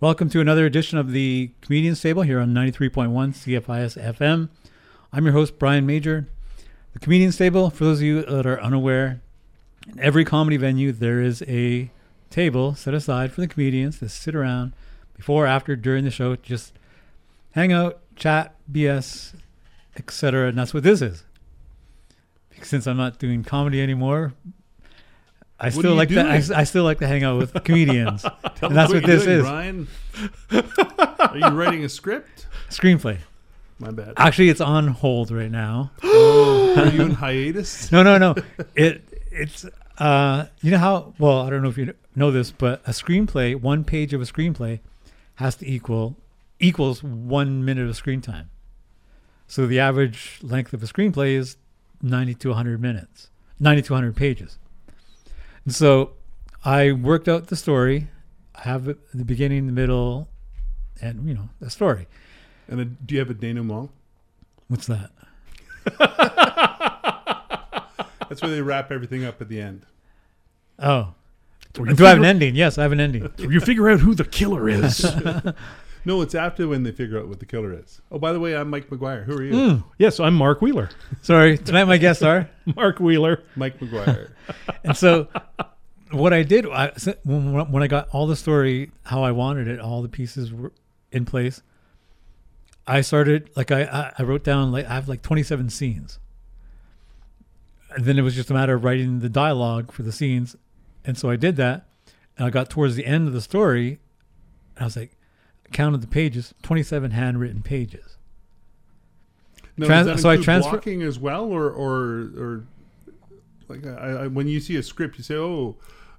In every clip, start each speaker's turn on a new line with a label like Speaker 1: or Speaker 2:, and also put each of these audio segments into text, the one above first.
Speaker 1: Welcome to another edition of the Comedian's Table here on 93.1 CFIS FM. I'm your host, Brian Major. The Comedian's Table, for those of you that are unaware, in every comedy venue, there is a table set aside for the comedians to sit around before, after, during the show, just hang out, chat, BS, etc. And that's what this is. Since I'm not doing comedy anymore, I
Speaker 2: What are
Speaker 1: still
Speaker 2: you
Speaker 1: like to, I,
Speaker 2: doing?
Speaker 1: I still like to hang out with comedians,
Speaker 2: Tell
Speaker 1: and that's
Speaker 2: us
Speaker 1: what
Speaker 2: you're
Speaker 1: this
Speaker 2: doing,
Speaker 1: is.
Speaker 2: Brian. Are you writing a script?
Speaker 1: Screenplay.
Speaker 2: My bad.
Speaker 1: Actually, it's on hold right now.
Speaker 2: Oh, are you in hiatus?
Speaker 1: No, no, no. It it's uh, you know how well I don't know if you know this, but a screenplay, one page of a screenplay, has to equal equals one minute of screen time. So the average length of a screenplay is ninety to hundred minutes, ninety to hundred pages. And so I worked out the story. I have it- the beginning, the middle, and you know the story.
Speaker 2: And a, do you have a denouement?
Speaker 1: What's that?
Speaker 2: That's where they wrap everything up at the end.
Speaker 1: Oh,
Speaker 3: Where
Speaker 1: do
Speaker 3: you
Speaker 1: I have an
Speaker 3: figure-
Speaker 1: ending? Yes, I have an ending.
Speaker 3: where you figure out who the killer is.
Speaker 2: No, it's after when they figure out what the killer is. Oh, by the way, I'm Mike McGuire. Who are you?
Speaker 1: Hmm.
Speaker 3: yes, I'm Mark Wheeler.
Speaker 1: Sorry, tonight my guests are.
Speaker 3: Mark Wheeler.
Speaker 2: Mike McGuire.
Speaker 1: and so what I did I, so when, when I got all the story how I wanted it, all the pieces were in place. I started like I- I I wrote down like I have like 27 scenes. And then it was just a matter of writing the dialogue for the scenes, and so I did that. And I got towards the end of the story, and I was like, counted the pages, 27 handwritten pages.
Speaker 2: No,
Speaker 1: Trans-
Speaker 2: does that
Speaker 1: so I
Speaker 2: include
Speaker 1: transfer-
Speaker 2: blocking as well, or or or like I, I, when you see a script, you say, "Oh,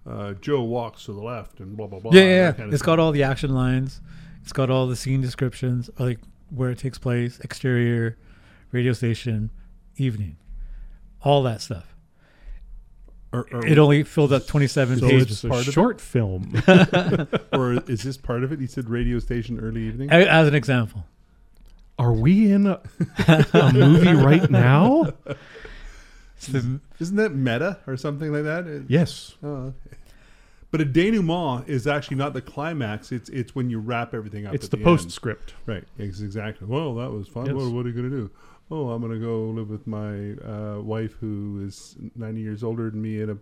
Speaker 2: uh, Joe walks to the left," and blah blah blah.
Speaker 1: yeah,
Speaker 2: that
Speaker 1: yeah. yeah.
Speaker 2: kind of
Speaker 1: It's
Speaker 2: thing.
Speaker 1: got all the action lines. It's got all the scene descriptions, or like where it takes place, exterior, radio station, evening, all that stuff.
Speaker 2: Or, or,
Speaker 1: It only filled up 27
Speaker 2: So
Speaker 1: pages.
Speaker 2: it's
Speaker 3: Oh, It's a
Speaker 2: part of it?
Speaker 3: short film.
Speaker 2: or is this part of it? He said radio station early evening.
Speaker 1: A- As an example,
Speaker 3: Are we in a, a movie right now?
Speaker 1: It's the-
Speaker 2: Isn't that meta or something like that? It-
Speaker 3: Yes.
Speaker 2: Oh, okay. But a denouement is actually not the climax. It's it's when you wrap everything up.
Speaker 3: It's
Speaker 2: at
Speaker 3: the
Speaker 2: the end.
Speaker 3: postscript.
Speaker 2: Right. Ex- Exactly. Well, that was fun.
Speaker 3: Yes.
Speaker 2: What, what are you going to do? Oh, I'm going to go live with my uh, wife who is 90 years older than me in a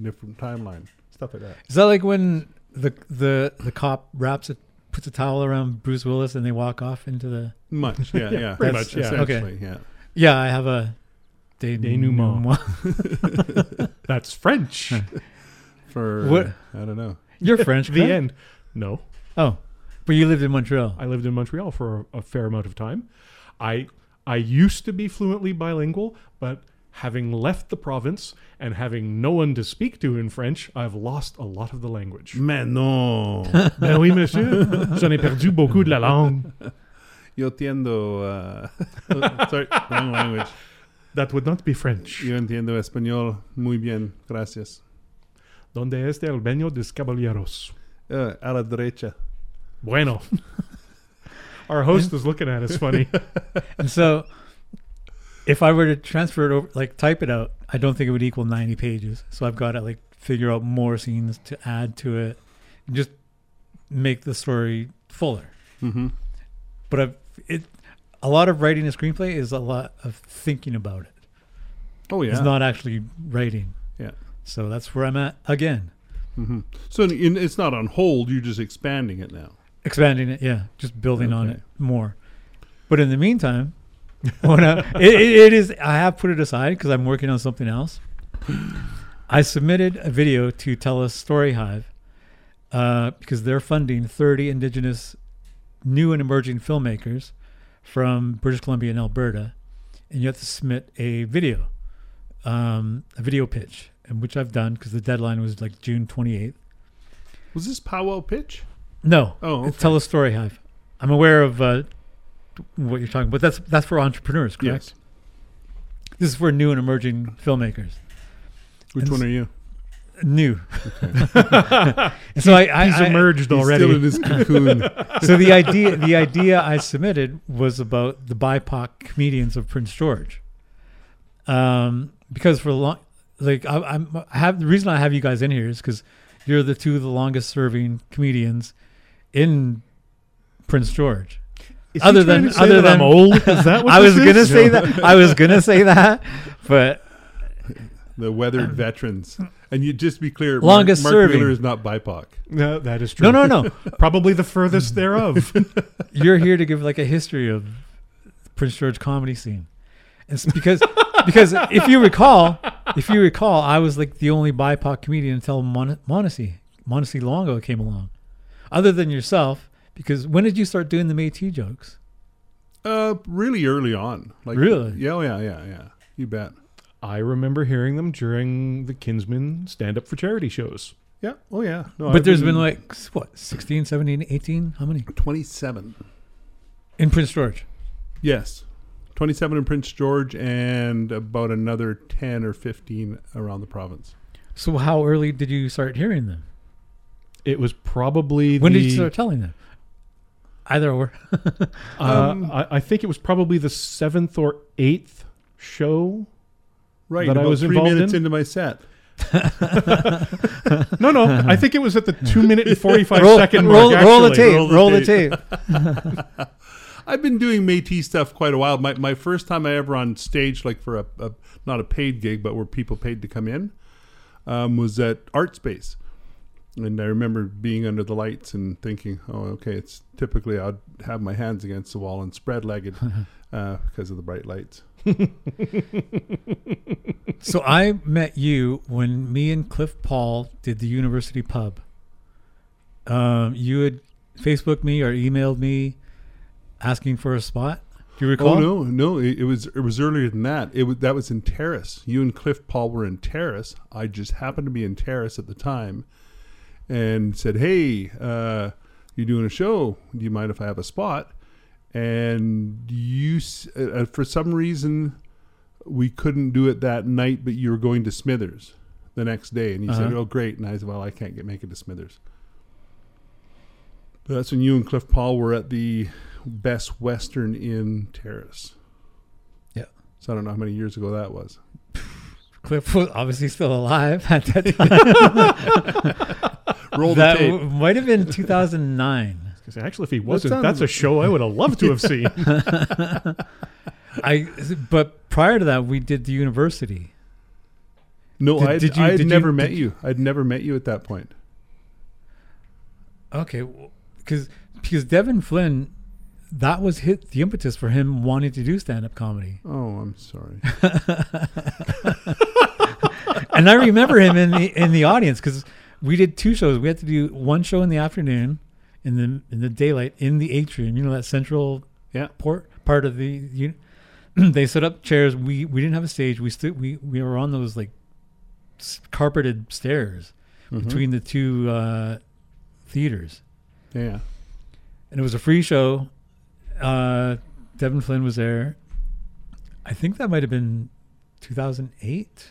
Speaker 2: different timeline. Stuff like that.
Speaker 1: is that like when the the the cop wraps it, puts a towel around Bruce Willis, and they walk off into the?
Speaker 2: Much. Yeah. yeah.
Speaker 3: pretty
Speaker 2: That's
Speaker 3: much, yeah.
Speaker 1: Okay.
Speaker 2: essentially, Yeah.
Speaker 1: Yeah, I have a denouement.
Speaker 3: That's French.
Speaker 2: For
Speaker 1: What-
Speaker 2: I don't know.
Speaker 1: You're French,
Speaker 3: the
Speaker 1: correct?
Speaker 3: end. No,
Speaker 1: Oh, but you lived in Montreal.
Speaker 3: I lived in Montreal for a, a fair amount of time. I I used to be fluently bilingual, but having left the province and having no one to speak to in French, I've lost a lot of the language.
Speaker 2: Man, no.
Speaker 3: ben oui, monsieur. J'en ai perdu beaucoup de la langue.
Speaker 2: Yo tiendo. Uh, sorry, wrong language.
Speaker 3: That would not be French.
Speaker 2: Yo entiendo español muy bien. Gracias.
Speaker 3: Donde este el baño de los caballeros?
Speaker 2: Uh, a la derecha.
Speaker 3: Bueno. Our host is looking at us funny.
Speaker 1: And so, if I were to transfer it over, like type it out, I don't think it would equal 90 pages. So I've got to like figure out more scenes to add to it, and just make the story fuller.
Speaker 2: Mm-hmm.
Speaker 1: But I've, it, a lot of writing a screenplay is a lot of thinking about it.
Speaker 2: Oh yeah.
Speaker 1: It's not actually writing.
Speaker 2: Yeah.
Speaker 1: So that's where I'm at again,
Speaker 2: hmm So in, it's not on hold. You're just expanding it now.
Speaker 1: expanding it. Yeah, just building on
Speaker 2: Okay.
Speaker 1: it more. But in the meantime, when I, it, it, it is, I have put it aside because I'm working on something else. I submitted a video to Telus Story Hive uh, because they're funding 30 Indigenous new and emerging filmmakers from British Columbia and Alberta, and you have to submit a video, um, a video pitch, and which I've done because the deadline was like June 28th.
Speaker 2: Was this powwow pitch?
Speaker 1: No,
Speaker 2: Oh, okay.
Speaker 1: Tell a story, Hive. I'm aware of uh, what you're talking, but that's that's for entrepreneurs, correct?
Speaker 2: Yes.
Speaker 1: This is for new and emerging filmmakers.
Speaker 2: Which
Speaker 1: And
Speaker 2: one
Speaker 1: s-
Speaker 2: are you?
Speaker 1: New. And so I, I,
Speaker 3: He's
Speaker 1: I-
Speaker 3: emerged
Speaker 2: He's
Speaker 3: already.
Speaker 2: still in his cocoon.
Speaker 1: so the idea the idea I submitted was about the BIPOC comedians of Prince George. Um, because for long, like I, I'm I have the reason I have you guys in here is because you're the two of the longest serving comedians in Prince George.
Speaker 3: Is
Speaker 1: Other
Speaker 3: he trying
Speaker 1: than-
Speaker 3: to say
Speaker 1: other
Speaker 3: that I'm
Speaker 1: than-
Speaker 3: old? Is that what
Speaker 1: I was
Speaker 3: this
Speaker 1: gonna
Speaker 3: is?
Speaker 1: say that. I was gonna say that, but
Speaker 2: The weathered veterans. And you just be clear,
Speaker 1: Longest
Speaker 2: Mark, Mark
Speaker 1: serving.
Speaker 2: Wheeler is not BIPOC.
Speaker 3: No, that is
Speaker 1: no,
Speaker 3: true.
Speaker 1: no, no.
Speaker 3: Probably the furthest thereof.
Speaker 1: You're here to give like a history of Prince George comedy scene. It's because because if you recall, if you recall, I was like the only BIPOC comedian until Mon- Montesi Montesi Longo came along. Other than yourself, because when did you start doing the Métis jokes?
Speaker 2: Uh, really early on. Like,
Speaker 1: Really?
Speaker 2: Yeah, oh, yeah, yeah, yeah. You bet.
Speaker 3: I remember hearing them during the Kinsman stand up for charity shows.
Speaker 2: Yeah. Oh, yeah. No,
Speaker 1: but
Speaker 2: I've
Speaker 1: there's been like s- what 16, 17, 18? How many
Speaker 2: 27.
Speaker 1: in Prince George?
Speaker 2: Yes. 27 in Prince George and about another 10 or 15 around the province.
Speaker 1: So how early did you start hearing them?
Speaker 3: It was probably
Speaker 1: When
Speaker 3: the,
Speaker 1: did you start telling them? Either or.
Speaker 3: uh,
Speaker 2: Um,
Speaker 3: I, I think it was probably the seventh or eighth show.
Speaker 2: Right.
Speaker 3: That I
Speaker 2: about
Speaker 3: was
Speaker 2: three
Speaker 3: involved
Speaker 2: minutes
Speaker 3: in?
Speaker 2: into my set.
Speaker 3: No, no, I think it was at the two minute and forty five
Speaker 1: roll,
Speaker 3: second
Speaker 1: roll,
Speaker 3: mark.
Speaker 1: roll the
Speaker 3: actually.
Speaker 1: tape.
Speaker 2: roll
Speaker 1: Roll
Speaker 2: the
Speaker 1: the, tape.
Speaker 2: I've been doing Métis stuff quite a while. My, my first time I ever on stage, like for a, a not a paid gig, but where people paid to come in, um, was at Art Space, and I remember being under the lights and thinking, "Oh, okay, it's typically I'd have my hands against the wall and spread legged uh, because of the bright lights."
Speaker 1: so I met you when me and Cliff Paul did the university pub. Um, you had Facebooked me or emailed me asking for a spot. Do you recall?
Speaker 2: Oh no, no, it, it was it was earlier than that. It was that was in Terrace. You and Cliff Paul were in Terrace. I just happened to be in Terrace at the time, and said, "Hey, uh, you doing a show? Do you mind if I have a spot?" And you, s- uh, uh, for some reason, we couldn't do it that night, but you were going to Smithers the next day, and you said,
Speaker 1: Uh-huh.
Speaker 2: "Oh, great!" And I said, "Well, I can't get make it to Smithers." That's when you and Cliff Paul were at the Best Western Inn Terrace.
Speaker 1: Yeah.
Speaker 2: So I don't know how many years ago that was.
Speaker 1: Cliff was obviously still alive at that time.
Speaker 2: Roll
Speaker 1: that
Speaker 2: the tape.
Speaker 1: w- might have been 2009.
Speaker 3: 'Cause Actually, if he wasn't,
Speaker 2: sounds-
Speaker 3: that's a show I would have loved to have seen.
Speaker 1: I but prior to that we did the university.
Speaker 2: no,
Speaker 1: Did-
Speaker 2: I'd,
Speaker 1: did you-
Speaker 2: I'd
Speaker 1: did you-
Speaker 2: never met
Speaker 1: did
Speaker 2: you. I'd never met you at that point.
Speaker 1: Okay, because because Devin Flynn, that was hit the impetus for him wanting to do stand up comedy,
Speaker 2: Oh, I'm sorry.
Speaker 1: and I remember him in the in the audience because we did two shows. We had to do one show in the afternoon, in the in the daylight in the atrium. You know that central
Speaker 2: Yeah.
Speaker 1: port part of the. You, they set up chairs. We we didn't have a stage. We stood. We we were on those like s- carpeted stairs
Speaker 2: Mm-hmm.
Speaker 1: between the two uh, theaters.
Speaker 2: Yeah.
Speaker 1: and it was a free show. Uh, Devin Flynn was there. I think that might have been 2008.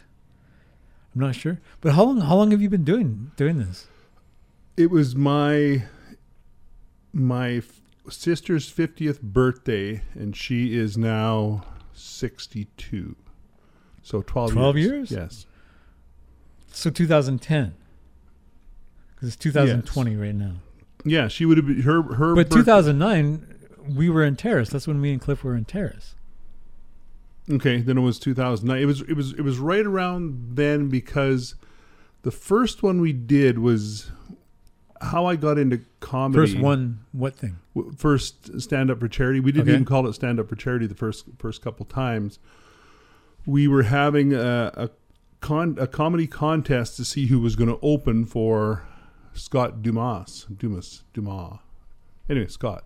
Speaker 1: I'm not sure. But how long? How long have you been doing doing this?
Speaker 2: It was my my f- sister's 50th birthday, and she is now 62. So 12,
Speaker 1: 12 years?
Speaker 2: Yes.
Speaker 1: So 2010. Because it's 2020 right now.
Speaker 2: Yeah, she would have been her her
Speaker 1: But
Speaker 2: birth-
Speaker 1: 2009, we were in Terrace. That's when me and Cliff were in Terrace.
Speaker 2: Okay, then it was 2009. It was it was it was right around then because the first one we did was how I got into comedy.
Speaker 1: First one, what thing?
Speaker 2: W- first stand up for charity. We didn't
Speaker 1: Okay.
Speaker 2: even call it stand up for charity the first first couple times. We were having a a, con, a comedy contest to see who was going to open for Scott Dumas, Dumas, Dumas. Anyway, Scott,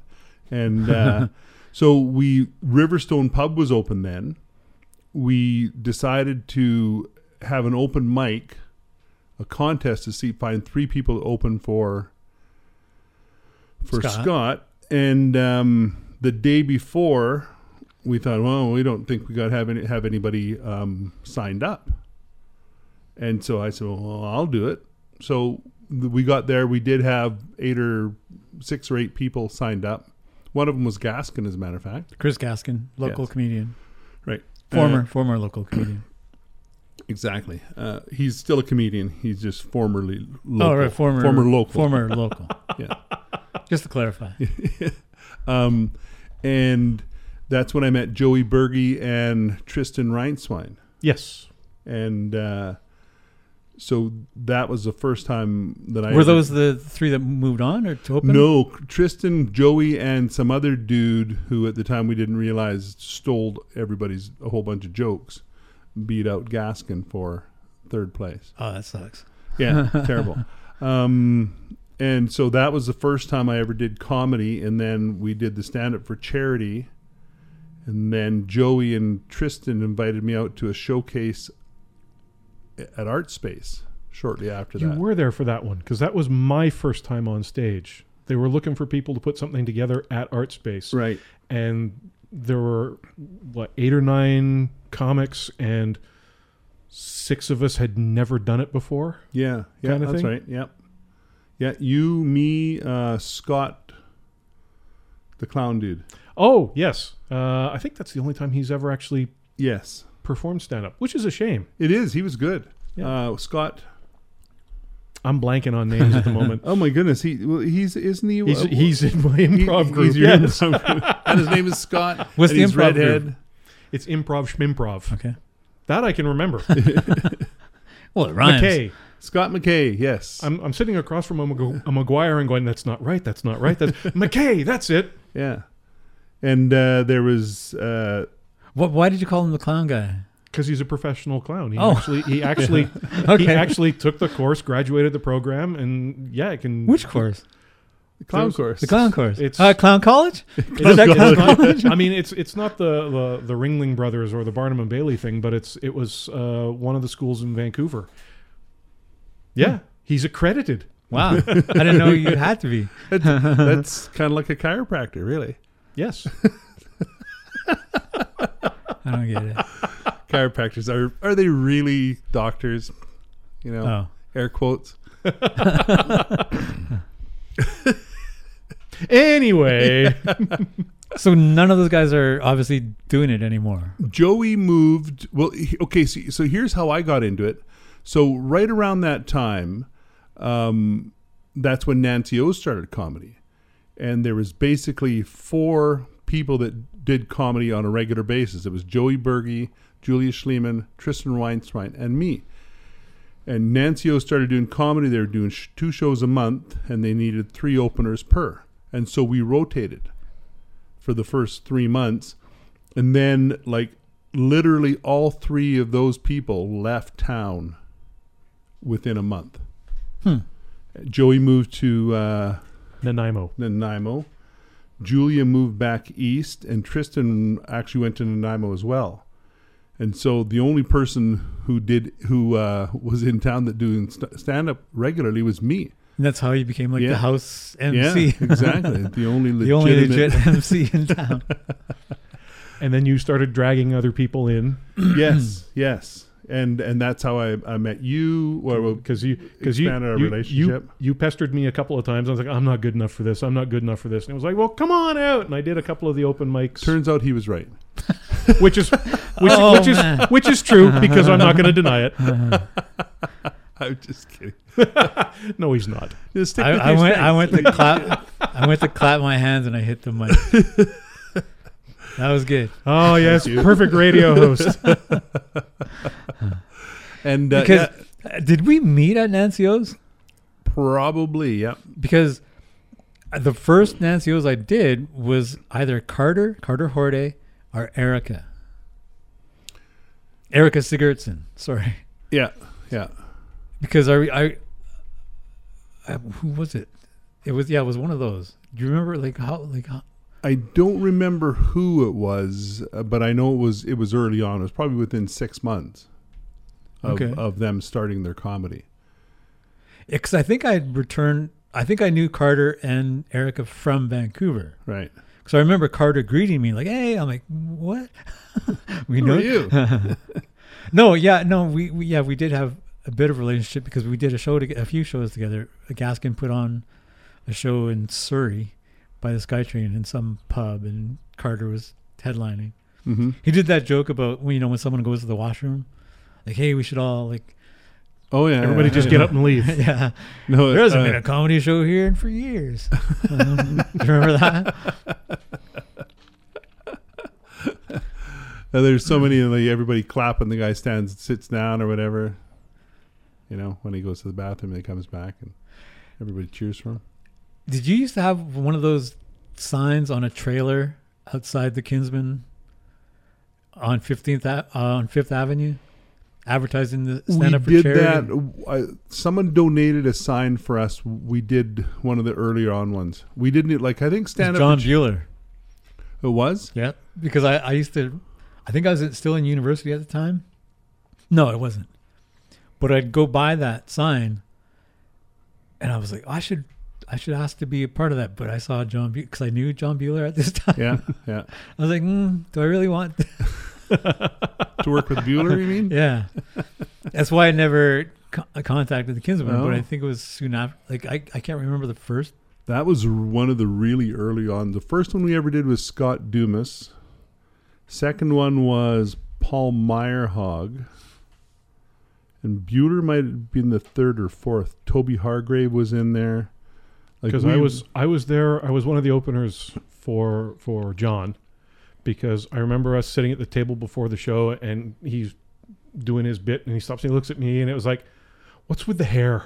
Speaker 2: and uh, so we Riverstone Pub was open then. We decided to have an open mic, a contest to see find three people to open for for
Speaker 1: Scott.
Speaker 2: Scott. And um, the day before, we thought, well, we don't think we got to have any, have anybody um, signed up. And so I said, well, I'll do it. So th- we got there. We did have eight or six or eight people signed up. One of them was Gaskin, as a matter of fact.
Speaker 1: Chris Gaskin, local
Speaker 2: Yes. Uh,
Speaker 1: comedian,
Speaker 2: Right.
Speaker 1: former former local comedian.
Speaker 2: Exactly. Uh, he's still a comedian. He's just formerly local.
Speaker 1: Oh, right, former
Speaker 2: former local.
Speaker 1: former local.
Speaker 2: Yeah.
Speaker 1: Just to clarify.
Speaker 2: Um, and that's when I met Joey Berge and Tristan Reinswine.
Speaker 3: Yes.
Speaker 2: And uh, so that was the first time that I
Speaker 1: Were
Speaker 2: ever-
Speaker 1: those the three that moved on or to open?
Speaker 2: No, Tristan, Joey, and some other dude who at the time we didn't realize stole everybody's a whole bunch of jokes, beat out Gaskin for third place.
Speaker 1: Oh, that sucks.
Speaker 2: Yeah, terrible. Um, and so that was the first time I ever did comedy, and then we did the stand up for charity. And then Joey and Tristan invited me out to a showcase at Art Space shortly after
Speaker 3: You
Speaker 2: that.
Speaker 3: were there for that one because that was my first time on stage. They were looking for people to put something together at Art Space.
Speaker 2: right.
Speaker 3: and there were what eight or nine comics and six of us had never done it before
Speaker 2: Yeah, yeah,
Speaker 3: kinda
Speaker 2: that's
Speaker 3: thing?
Speaker 2: right. Yep. Yeah, you, me, uh, Scott, the clown dude.
Speaker 3: oh yes uh, i think that's the only time he's ever actually
Speaker 2: Yes,
Speaker 3: performed stand-up which is a shame
Speaker 2: it is. He was good.
Speaker 3: Yeah.
Speaker 2: Uh, Scott.
Speaker 3: i'm blanking on names at the moment
Speaker 2: Oh my goodness, he well, he's isn't he?
Speaker 3: he's,
Speaker 2: uh,
Speaker 3: he's in my
Speaker 2: he-
Speaker 1: E-,
Speaker 3: improv group
Speaker 2: He's your
Speaker 3: yes.
Speaker 2: improv group. and his name is Scott.
Speaker 1: What's
Speaker 2: and
Speaker 1: the
Speaker 2: he's
Speaker 1: improv group?
Speaker 2: redhead.
Speaker 3: it's improv schmimprov
Speaker 1: Okay.
Speaker 3: that i can remember
Speaker 1: Well, it rhymes.
Speaker 3: mckay
Speaker 2: Scott McKay. Yes.
Speaker 3: I'm, I'm sitting across from a, Mc- a mcguire and going that's not right that's not right that's mckay that's it
Speaker 2: yeah. And uh, there was uh,
Speaker 1: What, why did you call him the clown guy?
Speaker 3: because he's a professional clown. He
Speaker 1: Oh.
Speaker 3: actually he actually
Speaker 1: Okay.
Speaker 3: he actually took the course, graduated the program, and yeah, it can
Speaker 1: Which course?
Speaker 2: the clown
Speaker 3: There's-
Speaker 2: course.
Speaker 1: The clown course.
Speaker 3: It's-
Speaker 1: uh, clown college?
Speaker 3: it's,
Speaker 1: Is that
Speaker 3: it's
Speaker 1: clown
Speaker 3: not-
Speaker 1: college?
Speaker 3: I mean, it's it's not the, the the Ringling Brothers or the Barnum and Bailey thing, but it's it was uh, one of the schools in Vancouver. Yeah,
Speaker 1: Hmm.
Speaker 3: he's accredited.
Speaker 1: Wow. I didn't know you had to be.
Speaker 2: That's kind of like a chiropractor, really.
Speaker 3: Yes,
Speaker 1: I don't get it.
Speaker 2: Chiropractors are are they really doctors? You know.
Speaker 1: Oh.
Speaker 2: air quotes.
Speaker 3: Anyway,
Speaker 1: So none of those guys are obviously doing it anymore.
Speaker 2: Joey moved. Well, he- okay. So, so here's how I got into it. So right around that time, um, that's when Nancy O started comedy, and there was basically four people that did comedy on a regular basis. It was Joey Berge, Julia Schliemann, Tristan Weinswein, and me. And Nancy O started doing comedy. They were doing sh- two shows a month, and they needed three openers per. And so we rotated for the first three months. And then, like, literally all three of those people left town within a month.
Speaker 1: Hmm.
Speaker 2: Joey moved to uh,
Speaker 3: Nanaimo.
Speaker 2: Nanaimo. Julia moved back east, and Tristan actually went to Nanaimo as well. And so the only person who did who uh, was in town that doing st- stand up regularly was me.
Speaker 1: And that's how you became like
Speaker 2: Yeah.
Speaker 1: the house
Speaker 2: Yeah,
Speaker 1: MC.
Speaker 2: exactly. The only legitimate.
Speaker 1: the only legit MC in town.
Speaker 3: And then you started dragging other people in
Speaker 2: yes, yes, and and that's how I, I met you. Or, well,
Speaker 3: because you because you,
Speaker 2: Expanded our
Speaker 3: you,
Speaker 2: relationship.
Speaker 3: you you pestered me a couple of times. I was like, I'm not good enough for this. I'm not good enough for this. And it was like, well, come on out. And I did a couple of the open mics,
Speaker 2: turns out he was right.
Speaker 3: which is which,
Speaker 1: Oh,
Speaker 3: which is
Speaker 1: man.
Speaker 3: which is true because I'm not going to deny it.
Speaker 2: I'm just kidding.
Speaker 3: No, he's not.
Speaker 2: Just stick
Speaker 1: I,
Speaker 2: with
Speaker 1: I
Speaker 2: your
Speaker 1: went.
Speaker 2: strengths.
Speaker 1: I went to clap. I went to clap my hands and I hit the mic. that was good.
Speaker 3: Oh yes, perfect radio host.
Speaker 2: and uh,
Speaker 1: Because
Speaker 2: yeah,
Speaker 1: uh, did we meet at Nancy O's?
Speaker 2: probably yep.
Speaker 1: Because the first Nancy O's I did was either Carter, Carter Horde, or Erica. Erica Sigurdsson. Sorry.
Speaker 2: Yeah, yeah.
Speaker 1: because I, I, I who was it? It was yeah, it was one of those. Do you remember like how like how,
Speaker 2: I don't remember who it was, uh, but I know it was it was early on. It was probably within six months of,
Speaker 1: Okay.
Speaker 2: of them starting their comedy.
Speaker 1: because I think I had returned. I think I knew Carter and Erica from Vancouver
Speaker 2: Right.
Speaker 1: because I remember Carter greeting me like, "Hey," I'm like, "What?" we
Speaker 2: Who
Speaker 1: know
Speaker 2: are you?
Speaker 1: No, yeah, no, we, we yeah we did have a bit of a relationship because we did a show to, a few shows together. Gaskin put on a show in Surrey by the SkyTrain in some pub, and Carter was headlining.
Speaker 2: hmm
Speaker 1: He did that joke about when you know when someone goes to the washroom, like, "Hey, we should all like
Speaker 2: Oh yeah,
Speaker 3: Everybody
Speaker 2: yeah.
Speaker 3: just get up and leave.
Speaker 1: yeah,
Speaker 2: No,
Speaker 1: there hasn't
Speaker 2: uh,
Speaker 1: been a comedy show here in for years. Um, do you remember that?
Speaker 2: Uh, there's so many like everybody clap and the guy stands sits down or whatever. You know, when he goes to the bathroom and he comes back and everybody cheers for him.
Speaker 1: Did you used to have one of those signs on a trailer outside the Kinsman on Fifteenth uh, on Fifth Avenue, advertising the stand up for
Speaker 2: we did
Speaker 1: charity?
Speaker 2: that. I, someone donated a sign for us. We did one of the earlier on ones. We didn't e, like. I think
Speaker 1: It was
Speaker 2: stand
Speaker 1: John
Speaker 2: up.
Speaker 1: Bueller.
Speaker 2: It was.
Speaker 1: Yeah, because I, I used to, I think I was at- still in university at the time. No, it wasn't. But I'd go by that sign, and I was like, I should, I should ask to be a part of that. But I saw John because I knew John Bueller at this time.
Speaker 2: Yeah, yeah.
Speaker 1: I was like, mm, do I really want? This?
Speaker 2: to work with Bueller, you mean?
Speaker 1: yeah, that's why I never co- uh, contacted the Kinsman. But
Speaker 2: Oh.
Speaker 1: I think it was soon after. Like I, I can't remember the first.
Speaker 2: That was one of the really early on. The first one we ever did was Scott Dumas. Second one was Paul Meyerhog. And Bueller might have been the third or fourth. Toby Hargrave was in there. Like,
Speaker 3: because
Speaker 2: we-
Speaker 3: I was I was there. I was one of the openers for for John, because I remember us sitting at the table before the show, and he's doing his bit, and he stops and he looks at me, and it was like, "What's with the hair?"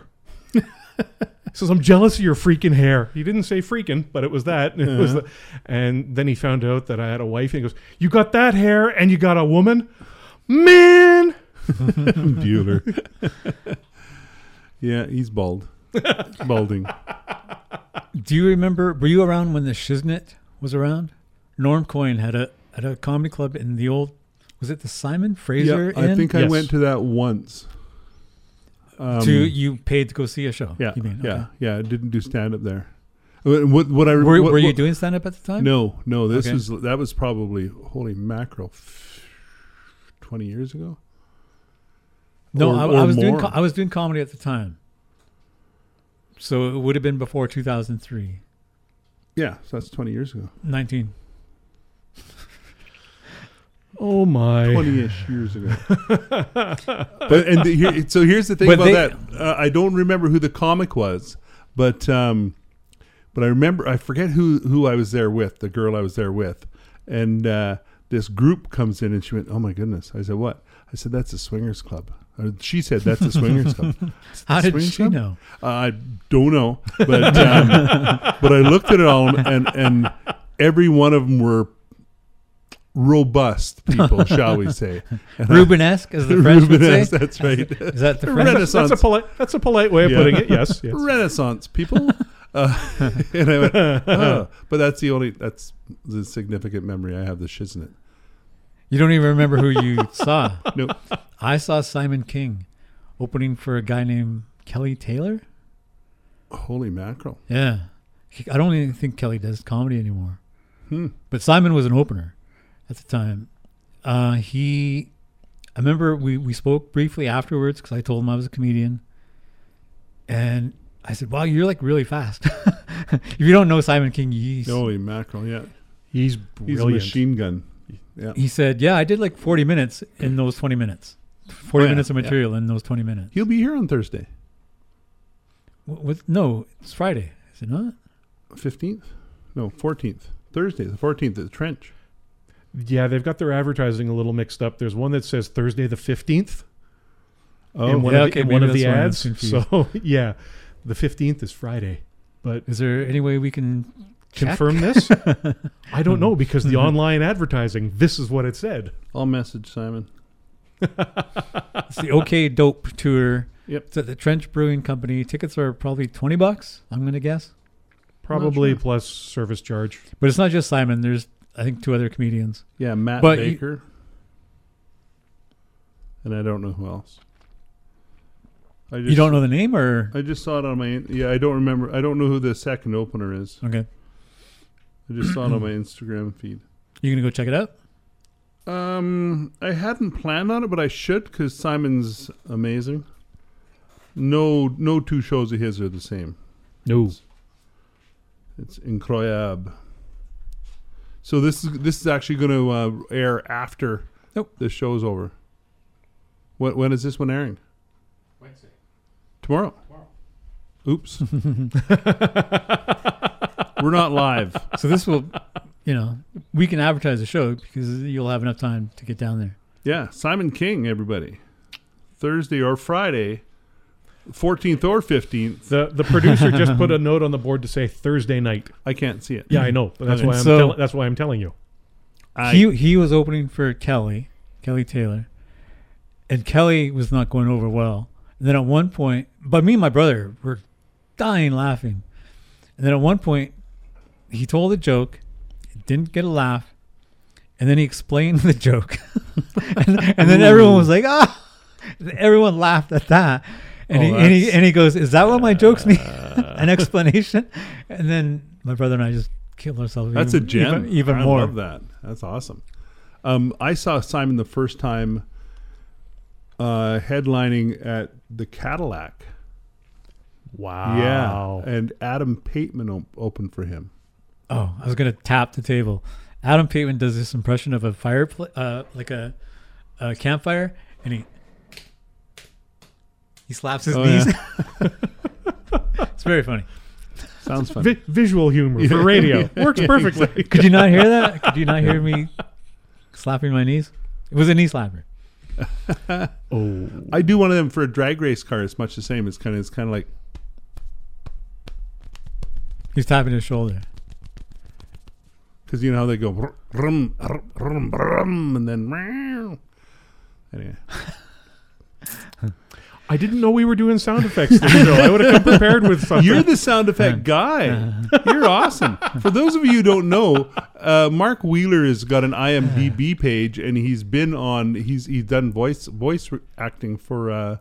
Speaker 3: he says, "I'm jealous of your freaking hair." He didn't say freaking, but it was that. and It was
Speaker 2: Uh-huh.
Speaker 3: the, and then he found out that I had a wife, and he goes, "You got that hair, and you got a woman, man."
Speaker 2: Bueller. yeah, he's bald. Balding.
Speaker 1: Do you remember? Were you around when the Shiznit was around? Norm Cohen had a at a comedy club in the old. Was it the Simon Fraser?
Speaker 2: Yeah, I
Speaker 1: Inn?
Speaker 2: think I
Speaker 3: Yes.
Speaker 2: went to that once. Um,
Speaker 1: to you paid to go see a show.
Speaker 2: yeah,
Speaker 1: you mean,
Speaker 2: yeah,
Speaker 1: okay.
Speaker 2: yeah. I didn't do stand up there. What, what, what I
Speaker 1: Were,
Speaker 2: what-
Speaker 1: were you
Speaker 2: what-
Speaker 1: doing stand up at the time?
Speaker 2: No, no. This
Speaker 1: Okay.
Speaker 2: was that was probably holy mackerel, twenty years ago.
Speaker 1: no.
Speaker 2: Or-
Speaker 1: I,
Speaker 2: or
Speaker 1: I was doing
Speaker 2: more.
Speaker 1: co- I was doing comedy at the time. So it would have been before 2003,
Speaker 2: Yeah, so that's twenty years ago.
Speaker 1: 19.
Speaker 3: Oh my!
Speaker 2: Twenty-ish years ago. but and the, here, so here's the thing
Speaker 1: But
Speaker 2: about
Speaker 1: they-
Speaker 2: that. Uh, I don't remember who the comic was, but um, but I remember I forget who who I was there with, the girl I was there with, and uh, this group comes in and she went, "Oh my goodness!" I said, "What?" I said, "That's a swingers club." Or she said, "That's a swingers club." I said,
Speaker 1: How did
Speaker 2: "Swingers
Speaker 1: she
Speaker 2: club?"
Speaker 1: know?
Speaker 2: I don't know, but um, but I looked at it all, and and every one of them were robust people, shall we say? And I-
Speaker 1: Rubenesque, as the French would say.
Speaker 2: Rubenesque, that's right.
Speaker 1: Is that the French?
Speaker 2: Renaissance,
Speaker 3: That's a polite. That's a polite way of
Speaker 2: Yeah.
Speaker 3: putting it. Yes. yes.
Speaker 2: Renaissance people. Uh, and I went, oh. but that's the only that's the significant memory I have. The shiznit.
Speaker 1: You don't even remember who you saw.
Speaker 2: No,
Speaker 1: I saw Simon King opening for a guy named Kelly Taylor.
Speaker 2: holy mackerel.
Speaker 1: Yeah. He- I don't even think Kelly does comedy anymore.
Speaker 2: Hmm.
Speaker 1: But Simon was an opener at the time. Uh, he, I remember we, we spoke briefly afterwards because I told him I was a comedian. And I said, wow, you're like really fast. if you don't know Simon King, he's,
Speaker 2: Holy mackerel. Yeah, he's
Speaker 3: He's brilliant.
Speaker 2: a machine gun. Yeah,
Speaker 1: he said, yeah, I did like 40 minutes in those 20 minutes. 40
Speaker 2: Oh, yeah,
Speaker 1: minutes of
Speaker 2: yeah.
Speaker 1: material in those 20 minutes.
Speaker 2: he'll be here on Thursday,
Speaker 1: W- With, no, it's Friday. Is it not?
Speaker 2: fifteenth. No, fourteenth. Thursday, the fourteenth at the trench.
Speaker 3: Yeah, they've got their advertising a little mixed up. There's one that says Thursday the fifteenth
Speaker 2: Oh,
Speaker 3: in one
Speaker 1: yeah,
Speaker 3: of
Speaker 1: okay,
Speaker 3: the, in one
Speaker 1: maybe
Speaker 3: of the
Speaker 1: that's why I was
Speaker 3: ads. So yeah, the fifteenth is Friday. But
Speaker 1: Is there any way we can check?
Speaker 3: confirm this? I don't know because the online advertising. This is what it said.
Speaker 2: I'll message Simon.
Speaker 1: It's the OK Dope Tour.
Speaker 2: Yep.
Speaker 1: It's at the Trench Brewing Company. Tickets are probably 20 bucks, I'm going to guess.
Speaker 3: Probably
Speaker 2: sure.
Speaker 3: plus service charge.
Speaker 1: But it's not just Simon. There's, I think, two other comedians.
Speaker 2: Yeah, Matt
Speaker 1: But you-
Speaker 2: Baker. and I don't know who else. I just,
Speaker 1: you don't know the name or?
Speaker 2: I just saw it on my. in- Yeah, I don't remember. I don't know who the second opener is.
Speaker 1: Okay.
Speaker 2: I just saw it on my Instagram feed.
Speaker 1: You going to go check it out?
Speaker 2: Um, I hadn't planned on it, but I should because Simon's amazing. No, no two shows of his are the same.
Speaker 3: No.
Speaker 2: It's incroyable. So this is this is actually going to uh, air after
Speaker 1: Nope.
Speaker 2: the show's over. When, when is this one airing? Tomorrow. Oops. We're not live.
Speaker 1: So this will, you know, we can advertise the show because you'll have enough time to get down there.
Speaker 2: Yeah, Simon King, everybody. Thursday or Friday, 14th or 15th.
Speaker 3: The the producer just put a note on the board to say Thursday night.
Speaker 2: I can't see it.
Speaker 3: Yeah, I know. but That's
Speaker 1: Okay.
Speaker 3: why I'm
Speaker 1: So-
Speaker 3: tell- that's why I'm telling you.
Speaker 2: I,
Speaker 1: he he was opening for Kelly, Kelly Taylor, and Kelly was not going over well. And then at one point, but me and my brother were dying laughing. And then at one point, he told a joke, didn't get a laugh, and then he explained the joke, and, and then everyone was like, ah, everyone laughed at that. And,
Speaker 2: Oh,
Speaker 1: he, and he
Speaker 2: that's-
Speaker 1: and he goes, "Is that what my jokes mean? An explanation?" And then my brother and I just killed ourselves.
Speaker 2: that's
Speaker 1: even,
Speaker 2: a gem.
Speaker 1: Even, even
Speaker 2: I
Speaker 1: more.
Speaker 2: love that. That's awesome. Um, I saw Simon the first time uh, headlining at the Cadillac.
Speaker 3: Wow.
Speaker 1: Uh,
Speaker 2: Yeah. And Adam Pateman op- opened for him.
Speaker 1: Oh, I was gonna tap the table. Adam Pateman does this impression of a fireplace, uh, like a, a campfire, and he he slaps his
Speaker 2: Oh,
Speaker 1: knees. it's very funny.
Speaker 2: Sounds fun.
Speaker 3: Vi- visual humor
Speaker 2: Yeah.
Speaker 3: for radio works
Speaker 2: Yeah,
Speaker 3: perfectly.
Speaker 1: Could you not hear that? Could you not hear me slapping my knees? It was a knee slapper.
Speaker 3: Oh,
Speaker 2: I do one of them for a drag race car. It's much the same. It's kind of it's kind of like
Speaker 1: He's tapping his shoulder.
Speaker 2: because you know how they go "Brr, brum, brr, brum, brum," and then meow. anyway.
Speaker 3: I didn't know we were doing sound effects this show. I would have come prepared with something.
Speaker 2: You're the sound effect guy.
Speaker 1: Uh-huh.
Speaker 2: You're awesome. For those of you who don't know, uh, Mark Wheeler has got an IMDb page, and he's been on. He's he's done voice voice re- acting for. Uh,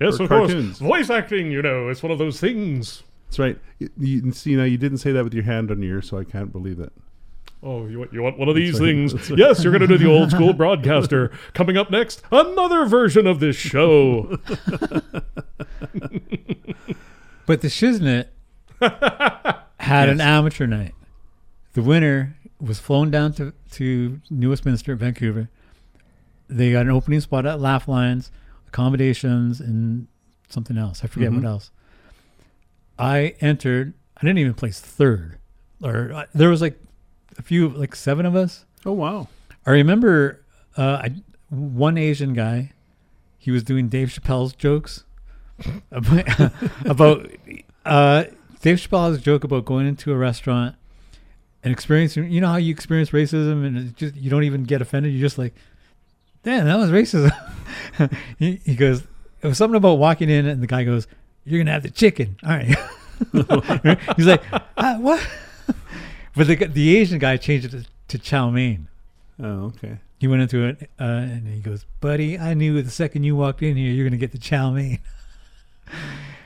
Speaker 3: yes,
Speaker 2: for
Speaker 3: of
Speaker 2: cartoons.
Speaker 3: course. Voice acting, you know, it's one of those things.
Speaker 2: that's right. You, you see now you didn't say that with your hand on your ear, so I can't believe it.
Speaker 3: Oh, you, want- you want one of these things? Yes, you're going to do the old school broadcaster. Coming up next, another version of this show.
Speaker 1: But the Shiznit had an amateur night. The winner was flown down to, to New Westminster, Vancouver. They got an opening spot at Laugh Lines, accommodations, and something else. I forget
Speaker 2: Mhm.
Speaker 1: what else. I entered, I didn't even place third. Or uh, there was like a few, like seven of us.
Speaker 2: Oh wow!
Speaker 1: I remember uh, I, one Asian guy. He was doing Dave Chappelle's jokes about, about uh, Dave Chappelle has a joke about going into a restaurant and experiencing. You know how you experience racism and it just you don't even get offended. You're just like, damn, that was racism. he, he goes, it was something about walking in and the guy goes, you're gonna have the chicken. All right. He's like, "Uh, what? but the the Asian guy changed it to, to chow mein.
Speaker 2: Oh okay.
Speaker 1: He went into it uh, and he goes, "Buddy, I knew the second you walked in here, you're gonna get the chow mein."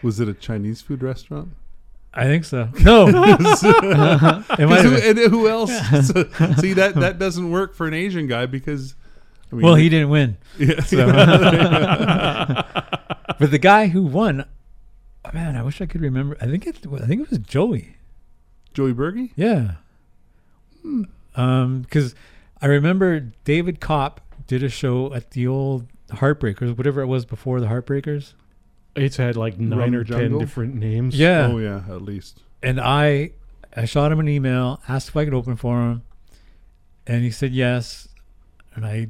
Speaker 2: Was it a Chinese food restaurant?
Speaker 1: I think so. No, it might have
Speaker 2: Who,
Speaker 1: been.
Speaker 2: and who else? So- see that that doesn't work for an Asian guy because. I mean,
Speaker 1: Well, he didn't win.
Speaker 2: Yeah.
Speaker 1: So. but the guy who won, oh, man, I wish I could remember. I think it. I think it was Joey.
Speaker 2: Joey Berge.
Speaker 1: Yeah. Um, because I remember David Kopp did a show at the old Heartbreakers, whatever it was before the Heartbreakers.
Speaker 3: It's had like nine
Speaker 2: Rum
Speaker 3: or
Speaker 2: Jungle?
Speaker 3: ten different names.
Speaker 1: Yeah.
Speaker 2: Oh yeah, at least.
Speaker 1: and I I shot him an email, asked if I could open for him, and he said yes. And I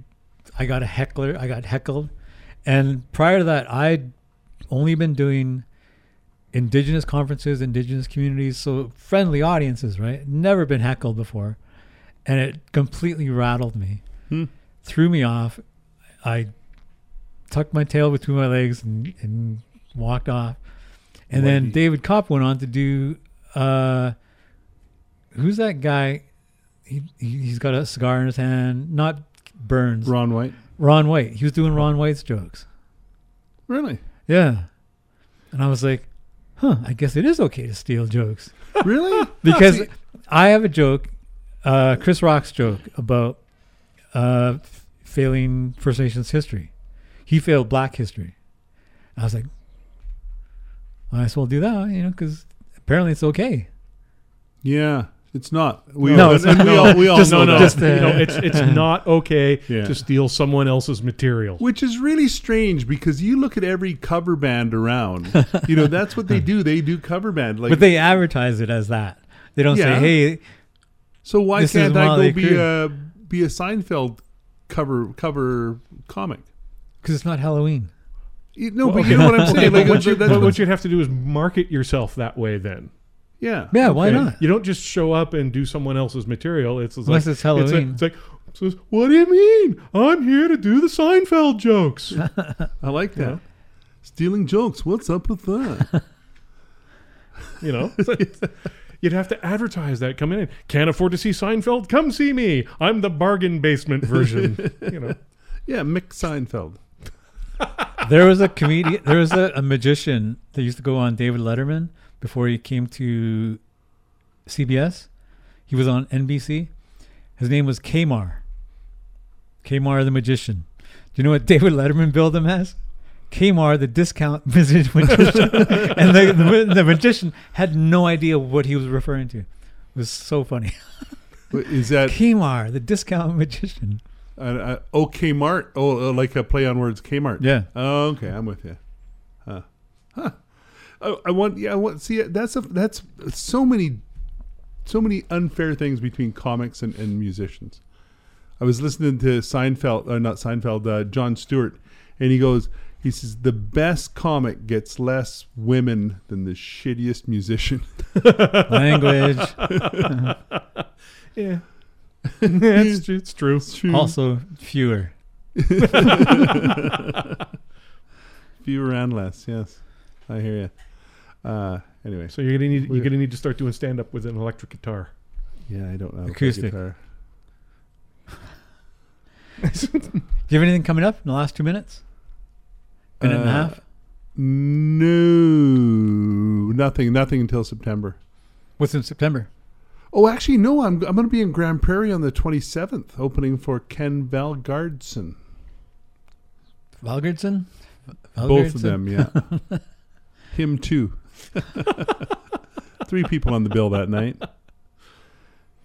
Speaker 1: I got a heckler, I got heckled. And prior to that, I'd only been doing indigenous conferences, indigenous communities, so friendly audiences, right? Never been heckled before. And it completely rattled me.
Speaker 2: Hmm.
Speaker 1: Threw me off. I tucked my tail between my legs and, and walked off. And then
Speaker 2: Wendy.
Speaker 1: David Kopp went on to do uh who's that guy? He, he he's got a cigar in his hand, not Burns. Ron,
Speaker 2: Ron White.
Speaker 1: White. He was doing Ron White's jokes.
Speaker 2: Really?
Speaker 1: Yeah. And I was like, "Huh, I guess it is okay to steal jokes."
Speaker 2: Really?
Speaker 1: Because I have a joke, uh Chris Rock's joke about uh f- failing First Nations history. He failed black history. I was like, I might as well do that, you know, because apparently it's okay.
Speaker 2: Yeah. It's not. We
Speaker 1: No,
Speaker 2: all,
Speaker 1: it's
Speaker 2: and
Speaker 1: not.
Speaker 2: we all, we all
Speaker 1: Just-
Speaker 2: know
Speaker 3: no, no,
Speaker 2: that.
Speaker 1: just-
Speaker 3: you know, it's it's not okay
Speaker 2: Yeah.
Speaker 3: to steal someone else's material.
Speaker 2: Which is really strange because you look at every cover band around. you know, that's what they do. They do cover band. Like,
Speaker 1: but they advertise it as that. They don't
Speaker 2: Yeah.
Speaker 1: say, "Hey,
Speaker 2: so why
Speaker 1: this is
Speaker 2: can't I
Speaker 1: Motley
Speaker 2: go be
Speaker 1: Crue.
Speaker 2: a be a Seinfeld cover cover comic?
Speaker 1: because it's not Halloween."
Speaker 2: You, no,
Speaker 3: Well,
Speaker 2: but you know what I'm
Speaker 3: Okay,
Speaker 2: saying.
Speaker 3: but
Speaker 2: Like,
Speaker 3: what, you,
Speaker 2: that's
Speaker 3: but
Speaker 2: what-
Speaker 3: what you'd have to do is market yourself that way. Then
Speaker 2: yeah,
Speaker 1: Yeah, why
Speaker 2: Okay.
Speaker 1: not?
Speaker 3: you don't just show up and do someone else's material. It's, it's
Speaker 1: Unless
Speaker 3: like,
Speaker 1: it's Halloween.
Speaker 3: It's like, it's like, what do you mean? I'm here to do the Seinfeld jokes.
Speaker 2: I like that. Stealing jokes. What's up with that?
Speaker 3: You know, It's like- you'd have to advertise that coming in. Can't afford to see Seinfeld? Come see me. I'm the bargain basement version. you know,
Speaker 2: yeah, Mick Seinfeld.
Speaker 1: there was a comedian there was a, a magician that used to go on david letterman before he came to cbs he was on nbc his name was kamar kamar the magician do you know what david letterman billed him as kamar the discount visit magician and the, the, the magician had no idea what he was referring to it was so funny
Speaker 2: Is that
Speaker 1: kamar the discount magician
Speaker 2: uh, uh, oh Kmart? Oh, uh, like a play on words, Kmart.
Speaker 1: yeah
Speaker 2: Oh, okay, I'm with you. Huh. Huh. Oh, I, I want. Yeah, I want. See, that's a that's so many, so many unfair things between comics and, and musicians. I was listening to Seinfeld, uh, not Seinfeld, uh, John Stewart, and he goes, he says, the best comic gets less women than the shittiest musician.
Speaker 1: language
Speaker 3: yeah, it's, tr- it's true.
Speaker 1: also fewer
Speaker 2: Fewer and less. Yes, I hear you. Uh, anyway,
Speaker 3: So you're gonna need you're gonna need to start doing stand up with an electric guitar.
Speaker 2: yeah, I don't know.
Speaker 1: Acoustic. Do you have anything coming up in the last two minutes? Minute and a
Speaker 2: Uh,
Speaker 1: half?
Speaker 2: No, nothing, nothing until September.
Speaker 1: What's in September?
Speaker 2: Oh, actually, no. I'm I'm going to be in Grand Prairie on the 27th, opening for Ken Valgardson.
Speaker 1: Valgardson?
Speaker 2: Both
Speaker 1: Valgardson?
Speaker 2: of them, yeah. Him too. Three people on the bill that night.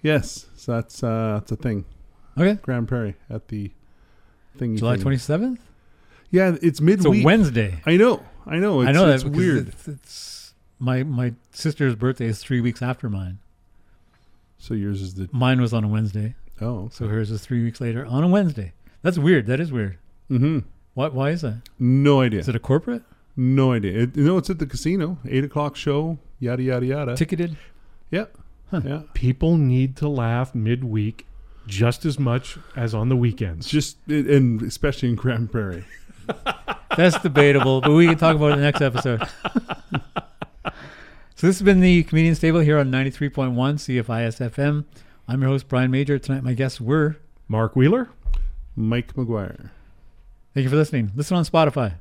Speaker 2: Yes, so that's uh, that's a thing.
Speaker 1: Okay.
Speaker 2: Grand Prairie at the thingy thing.
Speaker 1: July 27th?
Speaker 2: Yeah, it's
Speaker 1: It's a
Speaker 2: midweek.
Speaker 1: Wednesday.
Speaker 2: I know, I know. It's,
Speaker 1: I know that
Speaker 2: it's
Speaker 1: because
Speaker 2: weird.
Speaker 1: It's, it's- my, my sister's birthday is three weeks after mine.
Speaker 2: so yours is the
Speaker 1: Mine was on a Wednesday,
Speaker 2: oh.
Speaker 1: so hers is three weeks later on a Wednesday. That's weird. That is weird.
Speaker 2: Mm-hmm.
Speaker 1: Why, why is that?
Speaker 2: No idea.
Speaker 1: Is it a corporate?
Speaker 2: No idea. It, no, it's at the casino. Eight o'clock show. Yada yada yada.
Speaker 1: Ticketed?
Speaker 2: yeah.
Speaker 1: Huh.
Speaker 2: Yeah.
Speaker 3: People need to laugh midweek just as much as on the
Speaker 2: It's
Speaker 3: weekends.
Speaker 2: just it, and especially in Grand Prairie.
Speaker 1: That's debatable, but we can talk about it in the next episode. so this has been the Comedian Stable here on 93.1 CFIS FM. I'm your host, Brian Major. Tonight my guests were.
Speaker 3: Mark Wheeler.
Speaker 2: Mike McGuire.
Speaker 1: Thank you for listening. Listen on Spotify.